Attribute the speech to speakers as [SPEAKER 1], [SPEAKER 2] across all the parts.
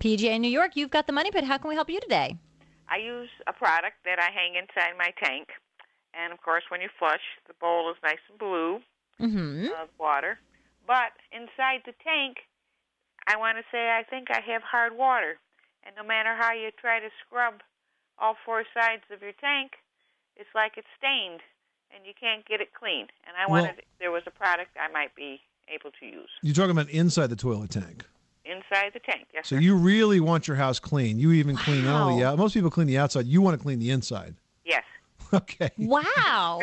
[SPEAKER 1] PGA in New York, you've got the money pit. How can we help you today?
[SPEAKER 2] I use a product that I hang inside my tank, and of course, when you flush, the bowl is nice and blue
[SPEAKER 1] Mm-hmm.
[SPEAKER 3] Hmm?
[SPEAKER 2] of water. But inside the tank, I want to say I think I have hard water, and no matter how you try to scrub all four sides of your tank, it's like it's stained, and you can't get it clean. And I
[SPEAKER 3] Well-
[SPEAKER 2] wanted if there was a product I might be able to use
[SPEAKER 3] You're talking about inside the toilet tank.
[SPEAKER 2] inside the tank. Yes,
[SPEAKER 3] So
[SPEAKER 2] sir.
[SPEAKER 3] you really want your house clean. You even clean not only
[SPEAKER 1] Wow.
[SPEAKER 3] out. Most people clean the outside. You want to clean the inside.
[SPEAKER 2] yes.
[SPEAKER 3] Okay.
[SPEAKER 1] Wow.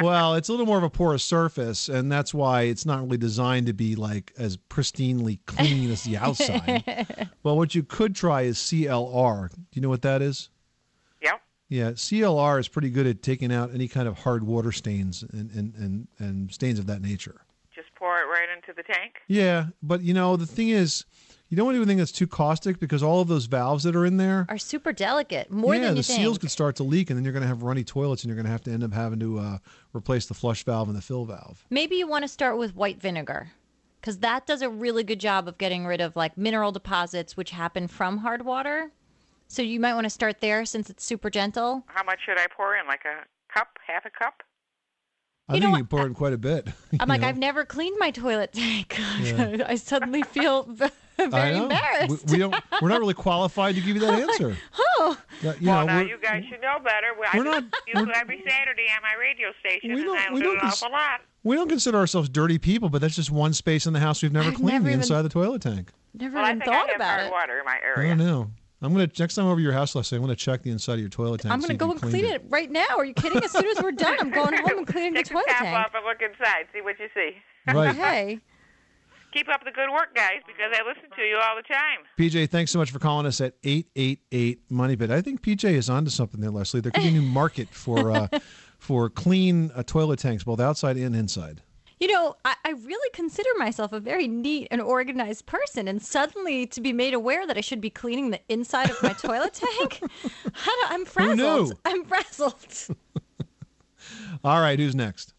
[SPEAKER 3] Well, it's a little more of a porous surface, and that's why it's not really designed to be like as pristinely clean as the outside. well, what you could try is CLR. Do you know what that is?
[SPEAKER 2] Yep.
[SPEAKER 3] Yeah, CLR is pretty good at taking out any kind of hard water stains and, and, and, and stains of that nature.
[SPEAKER 2] Just pour it right into the tank.
[SPEAKER 3] Yeah, but you know, the thing is, you don't want to do anything that's too caustic because all of those valves that are in there,
[SPEAKER 1] Are super delicate. More
[SPEAKER 3] yeah,
[SPEAKER 1] than you
[SPEAKER 3] the
[SPEAKER 1] think.
[SPEAKER 3] seals could start to leak, and then you're going to have runny toilets, and you're going to have to end up having to uh, replace the flush valve and the fill valve.
[SPEAKER 1] Maybe you want to start with white vinegar because that does a really good job of getting rid of like mineral deposits, which happen from hard water. So you might want to start there since it's super gentle.
[SPEAKER 2] How much should I pour in? Like a cup, half a cup?
[SPEAKER 3] I
[SPEAKER 1] You know
[SPEAKER 3] think
[SPEAKER 1] what?
[SPEAKER 3] you pour in quite a bit.
[SPEAKER 1] I'm like, I've never cleaned my toilet tank. I suddenly feel v-
[SPEAKER 3] I
[SPEAKER 1] very
[SPEAKER 3] know.
[SPEAKER 1] embarrassed.
[SPEAKER 3] We, we don't. We're not really qualified to give you that answer.
[SPEAKER 1] oh,
[SPEAKER 3] That- you
[SPEAKER 2] well,
[SPEAKER 3] know,
[SPEAKER 2] now
[SPEAKER 3] we're-
[SPEAKER 2] you guys should know better. Well,
[SPEAKER 3] we're
[SPEAKER 2] I
[SPEAKER 3] not-
[SPEAKER 2] use
[SPEAKER 3] we're-
[SPEAKER 2] every Saturday on my radio station,
[SPEAKER 3] We
[SPEAKER 2] and
[SPEAKER 3] don't-
[SPEAKER 2] I
[SPEAKER 3] we
[SPEAKER 2] learn
[SPEAKER 3] don't
[SPEAKER 2] an
[SPEAKER 3] cons-
[SPEAKER 2] awful lot.
[SPEAKER 3] we don't consider ourselves dirty people, but that's just one space in the house we've never
[SPEAKER 1] I've
[SPEAKER 3] cleaned
[SPEAKER 1] never
[SPEAKER 3] the
[SPEAKER 1] even-
[SPEAKER 3] inside the toilet tank.
[SPEAKER 1] never
[SPEAKER 2] Well, I
[SPEAKER 1] even
[SPEAKER 2] think I
[SPEAKER 1] thought
[SPEAKER 2] have
[SPEAKER 1] about
[SPEAKER 2] hard
[SPEAKER 1] it.
[SPEAKER 2] water in my
[SPEAKER 3] I
[SPEAKER 2] area.
[SPEAKER 3] don't know. I'm gonna next time I'm over to your house, Leslie. I'm gonna check the inside of your toilet tank.
[SPEAKER 1] I'm
[SPEAKER 3] see
[SPEAKER 1] going to
[SPEAKER 3] if
[SPEAKER 1] go
[SPEAKER 3] you
[SPEAKER 1] and
[SPEAKER 3] cleaned
[SPEAKER 1] clean
[SPEAKER 3] it.
[SPEAKER 1] it. right now. Are you kidding? As soon as we're done, I'm going home and cleaning the
[SPEAKER 2] Take the
[SPEAKER 1] toilet
[SPEAKER 2] cap
[SPEAKER 1] tank.
[SPEAKER 2] off and look inside. See what you see.
[SPEAKER 3] Right,
[SPEAKER 1] Hey,
[SPEAKER 2] Keep up the good work, guys, because I listen to you all the time.
[SPEAKER 3] PJ. Thanks so much for calling us at eight eight eight Money Pit. I think PJ is onto something there, Leslie. There could be a new market for uh, for clean uh, toilet tanks, both outside and inside.
[SPEAKER 1] you know, I, I really consider myself a very neat and organized person, and suddenly to be made aware that I should be cleaning the inside of my toilet tank, I don't, I'm frazzled.
[SPEAKER 3] knew?
[SPEAKER 1] I'm frazzled.
[SPEAKER 3] All right, who's next?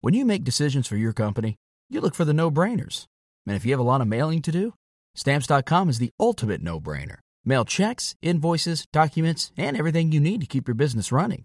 [SPEAKER 4] When you make decisions for your company, you look for the no brainers. And if you have a lot of mailing to do, stamps.com is the ultimate no brainer. Mail checks, invoices, documents, and everything you need to keep your business running.